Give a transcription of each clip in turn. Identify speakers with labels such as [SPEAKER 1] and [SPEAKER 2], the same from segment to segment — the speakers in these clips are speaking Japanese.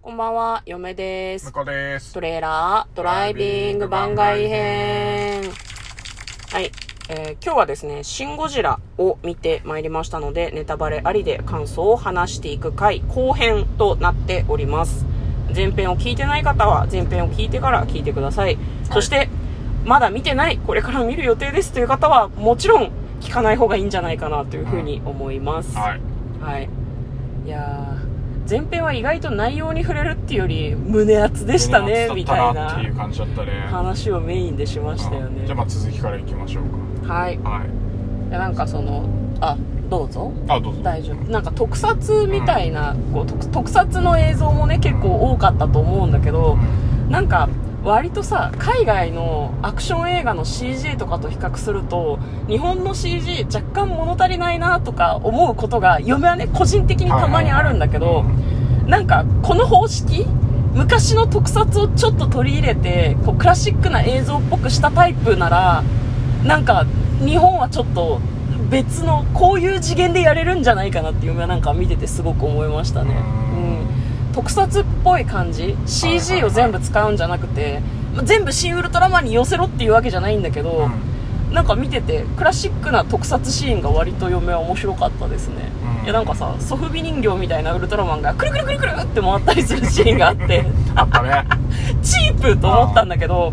[SPEAKER 1] こんばんは、嫁で
[SPEAKER 2] 向
[SPEAKER 1] す。
[SPEAKER 2] こうです
[SPEAKER 1] ト。レーラードライビング番外編。はい、えー今日はですね、シン・ゴジラを見てまいりましたので、ネタバレありで感想を話していく回後編となっております。前編を聞いてない方は前編を聞いてから聞いてください。そして、まだ見てない、これから見る予定ですという方は、もちろん聞かない方がいいんじゃないかなというふうに思います。
[SPEAKER 2] はい。
[SPEAKER 1] はい。いやー前編は意外と内容に触れるっていうより胸熱でしたねみたい
[SPEAKER 2] っ
[SPEAKER 1] な
[SPEAKER 2] ていう感じだったね。
[SPEAKER 1] 話をメインでしましたよ
[SPEAKER 2] う
[SPEAKER 1] ね
[SPEAKER 2] んじゃあまあ続きからいきましょう
[SPEAKER 1] はいい
[SPEAKER 2] か。はい。
[SPEAKER 1] やなんかそのあどうぞ
[SPEAKER 2] あ、どうぞ。
[SPEAKER 1] 大丈夫なんか特撮みたいな、こう特特撮の映像もね結構多かったと思うんだけど、なんか割とさ海外のアクション映画の CG とかと比較すると日本の CG 若干物足りないなとか思うことが嫁はね個人的にたまにあるんだけど、
[SPEAKER 2] はいはいはい
[SPEAKER 1] なんかこの方式昔の特撮をちょっと取り入れてこうクラシックな映像っぽくしたタイプならなんか日本はちょっと別のこういう次元でやれるんじゃないかなっていうのはなんか見ててすごく思いましたね、うん、特撮っぽい感じ CG を全部使うんじゃなくてまあ全部「シン・ウルトラマン」に寄せろっていうわけじゃないんだけ
[SPEAKER 2] うん
[SPEAKER 1] ど、なんか見ててクラシックな特撮シーンが割と嫁は面白かったですね、
[SPEAKER 2] うん
[SPEAKER 1] いやなんかさソフビ人形みたいなウルトラマンがくるくるくるくるって回ったりするシーンがあって
[SPEAKER 2] あっ たね。
[SPEAKER 1] チープと思ったんだけど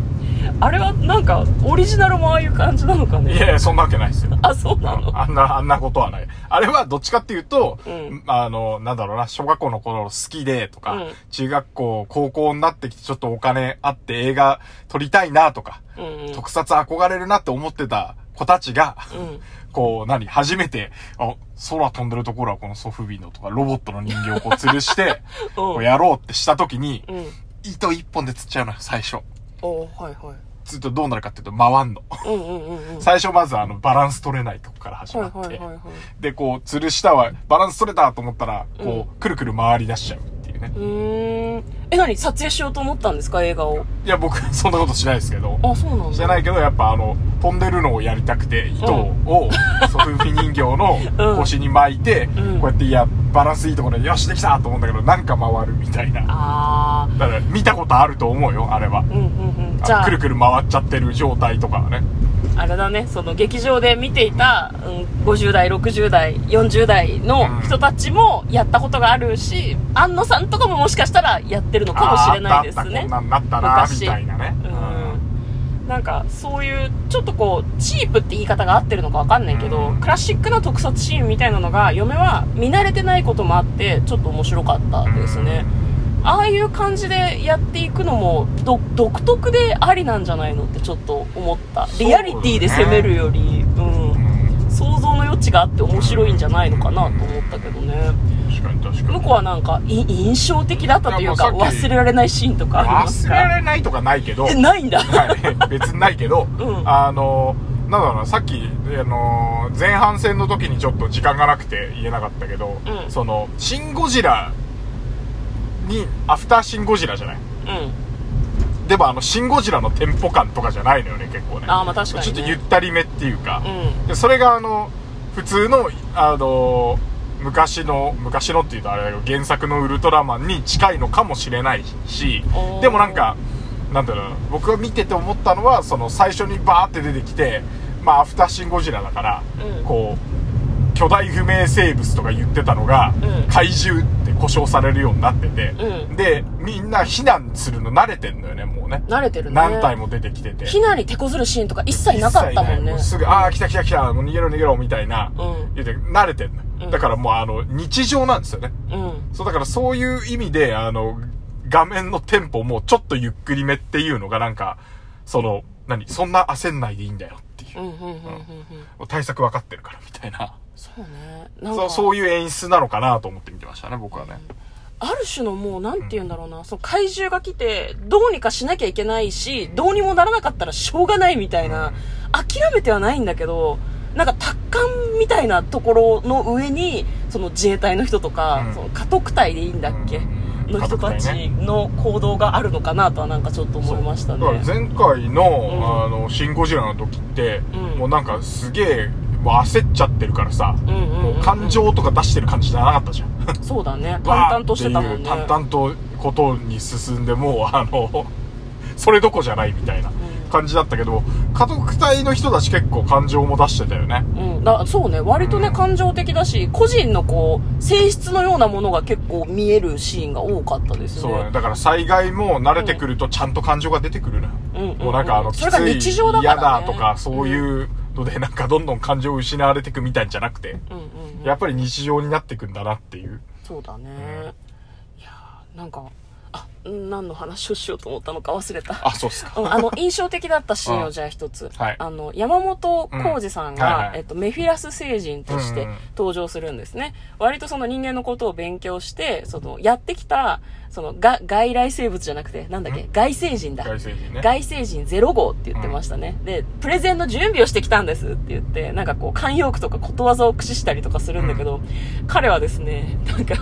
[SPEAKER 1] あれはなんかオリジナルもああいう感じなのか
[SPEAKER 2] いやい
[SPEAKER 1] ね
[SPEAKER 2] や、そんなわけないですよ。
[SPEAKER 1] あそうなの
[SPEAKER 2] あんな、あんなことはない。あれはどっちかっていうと、
[SPEAKER 1] うん
[SPEAKER 2] あの、なんだろうな、小学校の頃好きでとか、
[SPEAKER 1] うん
[SPEAKER 2] 中学校、高校になってきてちょっとお金あって映画撮りたいなとか、
[SPEAKER 1] うんうん
[SPEAKER 2] 特撮憧れるなって思ってた子たちが、
[SPEAKER 1] うん
[SPEAKER 2] こう、何、初めて、あ、空飛んでるところはこのソフビのとか、ロボットの人形をこう吊 るして、こ
[SPEAKER 1] う
[SPEAKER 2] うんやろうってした時に、
[SPEAKER 1] うん
[SPEAKER 2] 糸一本で釣っちゃうのよ、最初。
[SPEAKER 1] おはいはい
[SPEAKER 2] ずっとどうなるかっていうと、回んの。
[SPEAKER 1] うんうんうんうん
[SPEAKER 2] 最初まずあの、バランス取れないとこから始まって。
[SPEAKER 1] はいはいはいはい
[SPEAKER 2] で、こう、吊るしたは、バランス取れたと思ったら、こう、くるくる回り出しちゃうっていうね。
[SPEAKER 1] うーんえ何撮影しようと思ったんですか映画を
[SPEAKER 2] いや、僕、そんなことしないですけど。
[SPEAKER 1] あそうなんだ
[SPEAKER 2] してないけど、やっぱあの、飛んでるのをやりたくて、糸を、ソフビ人形の
[SPEAKER 1] うん
[SPEAKER 2] 腰に巻いて、
[SPEAKER 1] うん
[SPEAKER 2] こうやって、いや、バランスいいところで、よし、できたと思うんだけど、なんか回るみたいな。
[SPEAKER 1] ああ
[SPEAKER 2] だから、見たことあると思うよ、あれは。
[SPEAKER 1] うんうんうん
[SPEAKER 2] あ
[SPEAKER 1] じゃあ
[SPEAKER 2] くるくる回っちゃってる状態とかはね。
[SPEAKER 1] あれだね、その劇場で見ていた、うん、50代、60代、40代の人たちもやったことがあるし、安野さんとかももしかしたらやってるのかもしれないです
[SPEAKER 2] あーあ
[SPEAKER 1] ね
[SPEAKER 2] った。あったこんなんなったな、
[SPEAKER 1] 昔
[SPEAKER 2] みたいなね。
[SPEAKER 1] うんなんかそういうちょっとこうチープって言い方が合ってるのかわかんないけど、
[SPEAKER 2] うん
[SPEAKER 1] クラシックな特撮シーンみたいなのが嫁は見慣れてないこともあってちょっと面白かったですね、ああいう感じでやっていくのもど独特でありなんじゃないのってちょっと思った
[SPEAKER 2] そうだね
[SPEAKER 1] リアリティで攻めるよりうん
[SPEAKER 2] うんうん
[SPEAKER 1] 想像の余地があって面白いんじゃないのかなと思ったけどね
[SPEAKER 2] 確かに確か
[SPEAKER 1] 向
[SPEAKER 2] に。
[SPEAKER 1] こうはなんかい印象的だったというか
[SPEAKER 2] いやもうさっき
[SPEAKER 1] 忘れられないシーンとかあります
[SPEAKER 2] 忘れら
[SPEAKER 1] か
[SPEAKER 2] れないとかな いけど、
[SPEAKER 1] えないんだ
[SPEAKER 2] はい、別にないけど、
[SPEAKER 1] うん
[SPEAKER 2] あの、なんだろうな、さっき、あの、前半戦の時にちょっと時間がなくて言えなかったけど、
[SPEAKER 1] うん
[SPEAKER 2] その、シン・ゴジラに、アフターシン・ゴジラじゃない
[SPEAKER 1] うん
[SPEAKER 2] でもあの、シン・ゴジラのテンポ感とかじゃないのよね、結構ね。
[SPEAKER 1] あーまあ確かにね
[SPEAKER 2] ちょっとゆったりめっていうか、
[SPEAKER 1] う
[SPEAKER 2] でそれがあの、普通の、あの、昔の、昔のっていうとあれだけど、原作のウルトラマンに近いのかもしれないし
[SPEAKER 1] おー、
[SPEAKER 2] でもなんか、なんだろうな、僕が見てて思ったのは、その最初にバーって出てきて、まあ、アフターシンゴジラだから、
[SPEAKER 1] うん
[SPEAKER 2] こう、巨大不明生物とか言ってたのが、
[SPEAKER 1] うん
[SPEAKER 2] 怪獣って呼称されるようになってて、
[SPEAKER 1] うん
[SPEAKER 2] で、みんな避難するの慣れてんのよね、もうね。
[SPEAKER 1] ん慣れてるね
[SPEAKER 2] 何体も出てきてて。
[SPEAKER 1] ひなに手こずるシーンとか一切なかったもん
[SPEAKER 2] 一切ない
[SPEAKER 1] ね
[SPEAKER 2] うすぐ、ああ、来た来た来た、もう逃げろ逃げろ、みたいな、
[SPEAKER 1] うん
[SPEAKER 2] 言うて、慣れてんの、
[SPEAKER 1] うん
[SPEAKER 2] だからもう、あの、日常なんですよね。
[SPEAKER 1] うん
[SPEAKER 2] そう、だからそういう意味で、あの、画面のテンポもちょっとゆっくりめっていうのが、なんか、その、何そんな焦んないでいいんだよっていうう。
[SPEAKER 1] んうんうんうんうん
[SPEAKER 2] 対策わかってるから、みたいな。
[SPEAKER 1] そうねなん
[SPEAKER 2] そ
[SPEAKER 1] か
[SPEAKER 2] う、そういう演出なのかなと思って見てましたね、僕はね。
[SPEAKER 1] ある種のもうなんて言うんだろうなその怪獣が来てどうにかしなきゃいけないしどうにもならなかったらしょうがないみたいな諦めてはないんだけどなんか達観みたいなところの上にその自衛隊の人とか、
[SPEAKER 2] うん
[SPEAKER 1] その家督隊でいいんだっけ、
[SPEAKER 2] うん
[SPEAKER 1] の人た
[SPEAKER 2] 家督隊
[SPEAKER 1] ち
[SPEAKER 2] ね
[SPEAKER 1] の行動があるのかなとはなんかちょっと思いましたね
[SPEAKER 2] だから前回の、
[SPEAKER 1] うん
[SPEAKER 2] あの、シンゴジラの時って、
[SPEAKER 1] うん
[SPEAKER 2] もうなんかすげえ、もう焦っちゃってるからさ、
[SPEAKER 1] うんうんうんうん
[SPEAKER 2] もう感情とか出してる感じじゃなかったじゃん。
[SPEAKER 1] そうだね淡々としてたもんね
[SPEAKER 2] バーっていう淡々とことに進んでもう あのそれどこじゃないみたいな感じだったけど家族隊の人たち結構感情も出してたよね
[SPEAKER 1] うん、だそうね割とね感情的だし個人のこう性質のようなものが結構見えるシーンが多かったですね
[SPEAKER 2] そうだねだから災害も慣れてくるとちゃんと感情が出てくるな、
[SPEAKER 1] うんうんうん
[SPEAKER 2] もうなんかあのき
[SPEAKER 1] それが
[SPEAKER 2] つい
[SPEAKER 1] 日常だから
[SPEAKER 2] 嫌
[SPEAKER 1] ね
[SPEAKER 2] だとかそういうのでなんかどんどん感情を失われてくみたいんじゃなくて、
[SPEAKER 1] うんうんうん、
[SPEAKER 2] やっぱり日常になってくんだなっていう
[SPEAKER 1] そうだね、いやーなんかあ何の話をしようと思ったのか忘れた
[SPEAKER 2] あそうっすか
[SPEAKER 1] うんあの印象的だったシーン
[SPEAKER 2] う
[SPEAKER 1] を
[SPEAKER 2] ん
[SPEAKER 1] じゃあ一つ、
[SPEAKER 2] はい
[SPEAKER 1] あの山本浩二さん
[SPEAKER 2] うん
[SPEAKER 1] が、
[SPEAKER 2] はいはい
[SPEAKER 1] えっと、メフィラス星人とし
[SPEAKER 2] う
[SPEAKER 1] て
[SPEAKER 2] んうん
[SPEAKER 1] 登場するんですね、割とその人間のことを勉強してそのやってきたそのが外来生物じゃなくてなんだっけ、外星人だ
[SPEAKER 2] 外星人ね
[SPEAKER 1] 外星人0号って言ってましたね、でプレゼンの準備をしてきたんですって言ってなんかこう慣用句とかことわざを駆使したりとかするんだけど、彼はですねなんか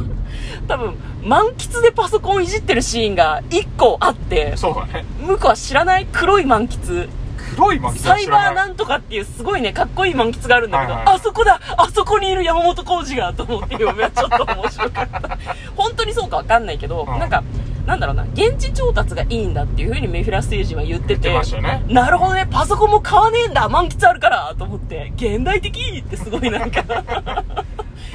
[SPEAKER 1] 多分満喫でパソコンいじってるシーンが1個あって
[SPEAKER 2] そうだね
[SPEAKER 1] 向こうは知らない黒い満喫
[SPEAKER 2] 黒いマキ
[SPEAKER 1] サイバーな
[SPEAKER 2] ー
[SPEAKER 1] んとかっていうすごいねかっこいい満喫があるんだけど、
[SPEAKER 2] はいはい
[SPEAKER 1] あそこだあそこにいる山本浩二がと思って読めはちょっと面白かった 本当にそうかわかんないけど、
[SPEAKER 2] うん
[SPEAKER 1] なんかなんだろうな現地調達がいいんだっていうふうにメフィラス星人は言ってて
[SPEAKER 2] 言ってましたよね
[SPEAKER 1] なるほどねパソコンも買わねえんだ満喫あるからと思って現代的ってすごいなんか
[SPEAKER 2] ま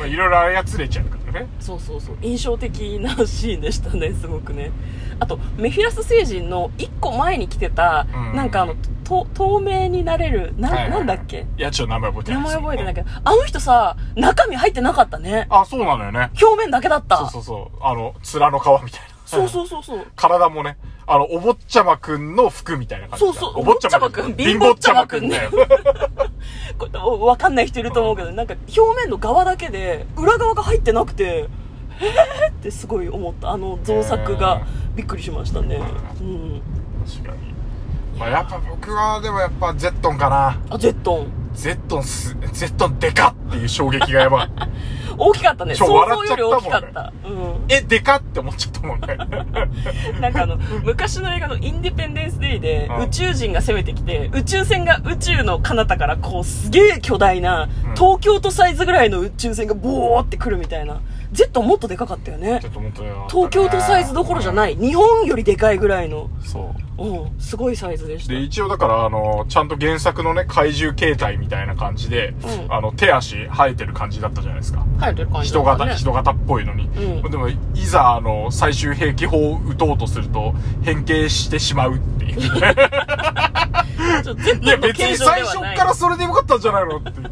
[SPEAKER 2] あいろいろ操れちゃうからね
[SPEAKER 1] そうそうそう印象的なシーンでしたねすごくねあとメフィラス星人の一個前に来てた、
[SPEAKER 2] うん
[SPEAKER 1] なんかあのと透明になれるな,、
[SPEAKER 2] はいはいはい
[SPEAKER 1] なんだっけ
[SPEAKER 2] いや、ちょっと名前覚えてな
[SPEAKER 1] 名
[SPEAKER 2] い。
[SPEAKER 1] 前覚えてないけど、あの人さ、中身入ってなかったね。
[SPEAKER 2] あ、そうなのよね。
[SPEAKER 1] 表面だけだった。
[SPEAKER 2] そうそうそう。あの、面の皮みたいな。
[SPEAKER 1] そう
[SPEAKER 2] う。
[SPEAKER 1] そうそうそう。
[SPEAKER 2] 体もね、あの、お坊ちゃまくんの服みたいな感じだ。
[SPEAKER 1] そうそう
[SPEAKER 2] お坊ちゃまく
[SPEAKER 1] お坊ちゃまくん
[SPEAKER 2] ん。貧乏ちゃまくんだよ。
[SPEAKER 1] これわかんない人いると思うけど、なんか表面の側だけで、裏側が入ってなくて、えーってすごい思った。あの造作がびっくりしましたね。うん。
[SPEAKER 2] 確かに。まあ、やっぱ僕は、でもやっぱ、ゼットンかな。
[SPEAKER 1] あ、ゼットン。
[SPEAKER 2] ゼットンす、ゼットンでかっっていう衝撃が やばい。
[SPEAKER 1] 大きかったね。
[SPEAKER 2] ちょ
[SPEAKER 1] 想像より大
[SPEAKER 2] 笑っ
[SPEAKER 1] き
[SPEAKER 2] ち
[SPEAKER 1] か
[SPEAKER 2] ゃ
[SPEAKER 1] っ。
[SPEAKER 2] ったえ、でかって思っちゃったもんね。
[SPEAKER 1] うん。 なんかあの、昔の映画のインディペンデンスデイで
[SPEAKER 2] うん
[SPEAKER 1] 宇宙人が攻めてきて、宇宙船が宇宙の彼方からこうすげえ巨大な、東京都サイズぐらいの宇宙船がボーって来るみたいな。ゼットンもっとでかかったよね
[SPEAKER 2] ちょ。っと思ったよ。。
[SPEAKER 1] 東京都サイズどころじゃないい。日本よりでかいぐらいの。
[SPEAKER 2] そう。
[SPEAKER 1] うん、すごいサイズでした。
[SPEAKER 2] で、一応だから、あの、ちゃんと原作のね、怪獣形態みたいな感じで、
[SPEAKER 1] うん
[SPEAKER 2] あの、手足生えてる感じだったじゃないですか。
[SPEAKER 1] 生えてる感
[SPEAKER 2] 人型、人型っぽいのに。
[SPEAKER 1] うん
[SPEAKER 2] でも、いざ、あの、最終兵器砲を撃とうとすると、変形してしまうっていう。
[SPEAKER 1] ちょっとゼッ
[SPEAKER 2] いや、
[SPEAKER 1] トンの
[SPEAKER 2] 別
[SPEAKER 1] 形
[SPEAKER 2] に
[SPEAKER 1] 状で
[SPEAKER 2] 最
[SPEAKER 1] は
[SPEAKER 2] 初
[SPEAKER 1] ない。
[SPEAKER 2] からそれでよかったんじゃないのって。
[SPEAKER 1] い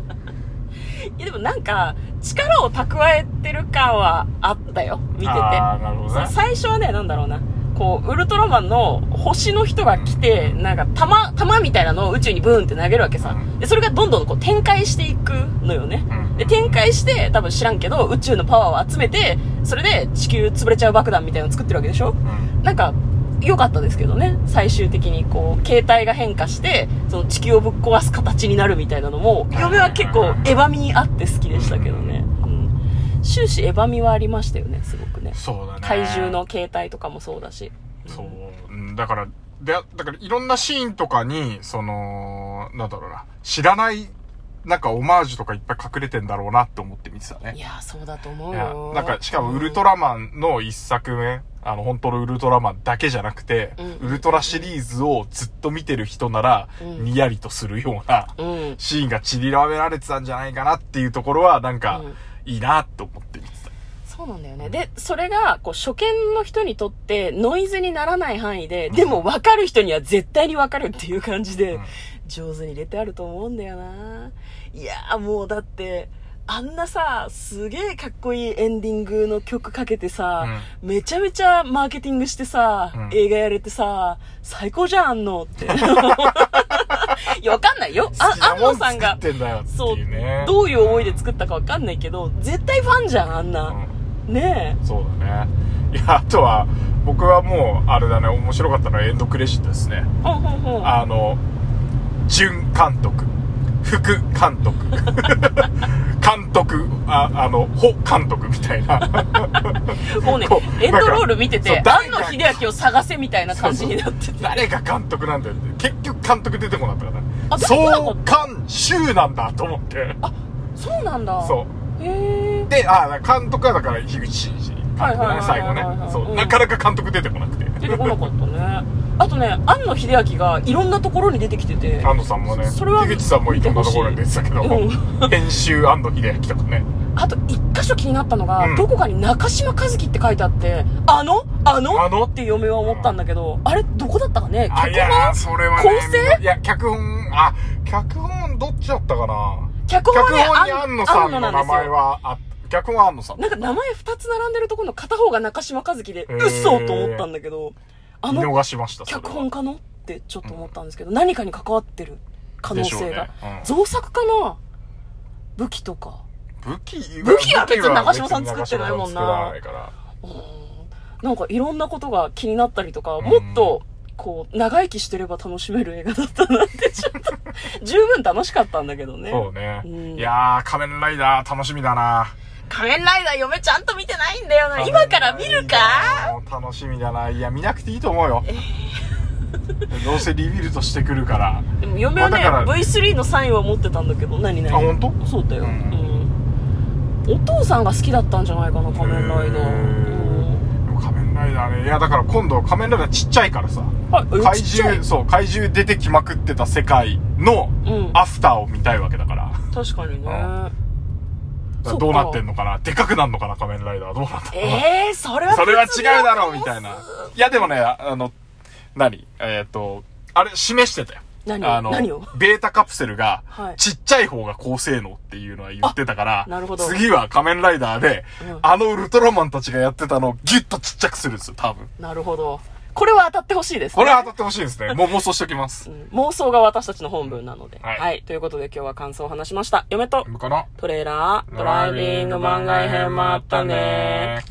[SPEAKER 1] やでもなんか、力を蓄えてる感はあったよ。見てて。
[SPEAKER 2] あーなるほどね
[SPEAKER 1] そう最初はね、なんだろうな。こう、ウルトラマンの星の人が来て、なんか弾、弾みたいなのを宇宙にブーンって投げるわけさ。で、それがどんどんこう展開していくのよね。
[SPEAKER 2] うん
[SPEAKER 1] で、展開して、多分知らんけど、宇宙のパワーを集めて、それで地球潰れちゃう爆弾みたいなのを作ってるわけでしょ
[SPEAKER 2] うん
[SPEAKER 1] なんか、良かったですけどね。最終的にこう、携帯が変化して、その地球をぶっ壊す形になるみたいなのも、嫁は結構エバみあって好きでしたけどね。うん。終始エバみはありましたよね、すごくね。
[SPEAKER 2] そうだね。
[SPEAKER 1] 怪獣の。携帯とかもそうだし。
[SPEAKER 2] そう。うんだから、で、だからいろんなシーンとかに、その、なんだろうな、知らない、なんかオマージュとかいっぱい隠れてんだろうなって思って見てたね
[SPEAKER 1] い。やー、そうだと思う
[SPEAKER 2] いや
[SPEAKER 1] よ。
[SPEAKER 2] なんか、しかもウルトラマンの一作目、あの、本当のウルトラマンだけじゃなくて、
[SPEAKER 1] うん
[SPEAKER 2] ウルトラシリーズをずっと見てる人なら、
[SPEAKER 1] うん
[SPEAKER 2] にやりとするような
[SPEAKER 1] うん。
[SPEAKER 2] シーンが散りばめられてたんじゃないかなっていうところは、なんか、
[SPEAKER 1] うん
[SPEAKER 2] いいなと思って見てた。
[SPEAKER 1] そうなんだよね。で、それが、こう、初見の人にとって、ノイズにならない範囲で、でも分かる人には絶対に分かるっていう感じで
[SPEAKER 2] うん、
[SPEAKER 1] 上手に入れてあると思うんだよな。いやー、もうだって、あんなさ、すげえかっこいいエンディングの曲かけてさ、めちゃめちゃマーケティングしてさ、
[SPEAKER 2] うん
[SPEAKER 1] 映画やれてさ、最高じゃん、あんの って。いや、わかんないよ。あ
[SPEAKER 2] 好き、な
[SPEAKER 1] 安
[SPEAKER 2] も
[SPEAKER 1] 野
[SPEAKER 2] ん
[SPEAKER 1] さんが
[SPEAKER 2] 作、ってんだよって
[SPEAKER 1] そう
[SPEAKER 2] いうね。
[SPEAKER 1] どういう思いで作ったかわかんないけど、絶対ファンじゃん、あんな。ねえ。
[SPEAKER 2] そうだね。いや、あとは、僕はもう、あれだね、面白かったのはエンドクレジットですね。
[SPEAKER 1] ほんほんほん。
[SPEAKER 2] あの、準監督、副監督、 監督、ああの、保監督みたいな。
[SPEAKER 1] もうね
[SPEAKER 2] こ、う
[SPEAKER 1] エンドロール見てて
[SPEAKER 2] な、んかそう
[SPEAKER 1] 庵野秀明を探せみたいな感じになってて。
[SPEAKER 2] 誰が監督なんだよって。結局監督出てこなかったから。
[SPEAKER 1] あ出てこなか
[SPEAKER 2] 総
[SPEAKER 1] った
[SPEAKER 2] 監修なんだと思って。
[SPEAKER 1] そうなんだ
[SPEAKER 2] そう
[SPEAKER 1] へえ
[SPEAKER 2] で、あ、監督はだから樋口真嗣監督
[SPEAKER 1] はいはい
[SPEAKER 2] だ
[SPEAKER 1] はい
[SPEAKER 2] ね、
[SPEAKER 1] はい
[SPEAKER 2] 最
[SPEAKER 1] はい
[SPEAKER 2] 後ね
[SPEAKER 1] はいはい。
[SPEAKER 2] そうう、
[SPEAKER 1] ん
[SPEAKER 2] なかなか監督出てこなくて。
[SPEAKER 1] 出てこなかったねあとね庵野秀明がいろんなところに出てきてて
[SPEAKER 2] 安野さんもね、
[SPEAKER 1] それは
[SPEAKER 2] 樋口さんもいろんなところに出てたけど
[SPEAKER 1] 見て、
[SPEAKER 2] 編集安野秀明とか ね。
[SPEAKER 1] あと一箇所気になったのが、
[SPEAKER 2] うん
[SPEAKER 1] どこかに中島和樹って書いてあってあのあの
[SPEAKER 2] あの
[SPEAKER 1] って嫁は思ったんだけどあれどこだったかね
[SPEAKER 2] あ、い
[SPEAKER 1] 脚
[SPEAKER 2] やー、
[SPEAKER 1] 本
[SPEAKER 2] それはね。
[SPEAKER 1] 構成
[SPEAKER 2] いや、脚本、あ、脚本どっちだったかな
[SPEAKER 1] 脚
[SPEAKER 2] 脚
[SPEAKER 1] 本はね
[SPEAKER 2] 本に安野さんの
[SPEAKER 1] 庵なで
[SPEAKER 2] 名
[SPEAKER 1] すよ
[SPEAKER 2] 前は、あ、脚本は安野さん。
[SPEAKER 1] なんか名前二つ並んでるところの片方が中島和樹で、
[SPEAKER 2] へー
[SPEAKER 1] 嘘と思ったんだけど、あ
[SPEAKER 2] 見
[SPEAKER 1] の
[SPEAKER 2] 逃しました、それは
[SPEAKER 1] 脚本家のってちょっと思ったんですけど、何かに関わってる可能性が。
[SPEAKER 2] でしょうねうん
[SPEAKER 1] 造作かな武器とか。
[SPEAKER 2] 武器
[SPEAKER 1] 武器は別に中島さん作ってないもんな
[SPEAKER 2] 武器は別に中島さん作らないから
[SPEAKER 1] うんなんかいろんなことが気になったりとか、もっと、こう、長生きしてれば楽しめる映画だったなって、ちょっ と、十分楽しかったんだけどね。
[SPEAKER 2] そうね。
[SPEAKER 1] うん
[SPEAKER 2] いやー、仮面ライダー楽しみだな。
[SPEAKER 1] 仮面ライダー嫁ちゃんと見てないんだよな。今から見るか
[SPEAKER 2] もう楽しみだな。いや、見なくていいと思うよ。 どうせリビルトしてくるから。
[SPEAKER 1] でも嫁はね、
[SPEAKER 2] まあだから
[SPEAKER 1] V3 のサインは持ってたんだけど、何
[SPEAKER 2] あ、
[SPEAKER 1] 々。
[SPEAKER 2] ほんと
[SPEAKER 1] そうだよ、う
[SPEAKER 2] うん
[SPEAKER 1] お父さんが好きだったんじゃないかな仮面ライダー、
[SPEAKER 2] でも仮面ライダーね。いや、だから今度仮面ライダーちっちゃいからさ。
[SPEAKER 1] うんはい
[SPEAKER 2] 怪
[SPEAKER 1] ちっちゃい
[SPEAKER 2] 獣、そう、怪獣出てきまくってた世界の
[SPEAKER 1] うん
[SPEAKER 2] アフターを見たいわけだから。
[SPEAKER 1] 確かにね
[SPEAKER 2] あだ
[SPEAKER 1] そっ
[SPEAKER 2] か
[SPEAKER 1] から
[SPEAKER 2] どうなってんのかなでかくなんのかな仮面ライダー。どうなんだろうな
[SPEAKER 1] ええー、それは
[SPEAKER 2] それは違
[SPEAKER 1] 絶
[SPEAKER 2] う
[SPEAKER 1] 妙
[SPEAKER 2] だろうみたいな。いや、でもね、あの、何えっ、と、あれ、示してたよ。
[SPEAKER 1] 何を
[SPEAKER 2] あの
[SPEAKER 1] 何を、
[SPEAKER 2] ベータカプセルが
[SPEAKER 1] はい、
[SPEAKER 2] ちっちゃい方が高性能っていうのは言ってたから、
[SPEAKER 1] なるほど
[SPEAKER 2] 次は仮面ライダーで、
[SPEAKER 1] うん
[SPEAKER 2] あのウルトラマンたちがやってたのをギュッとちっちゃくするんですよ、多分。
[SPEAKER 1] なるほどこれは当たってほしいですね
[SPEAKER 2] これは当たってほしいですね。もう妄想しておきます
[SPEAKER 1] う。ん妄想が私たちの本文なので、は、
[SPEAKER 2] はいい
[SPEAKER 1] ということで今日は感想を話しました嫁と
[SPEAKER 2] かな
[SPEAKER 1] トレーラードライビング漫画編もあったね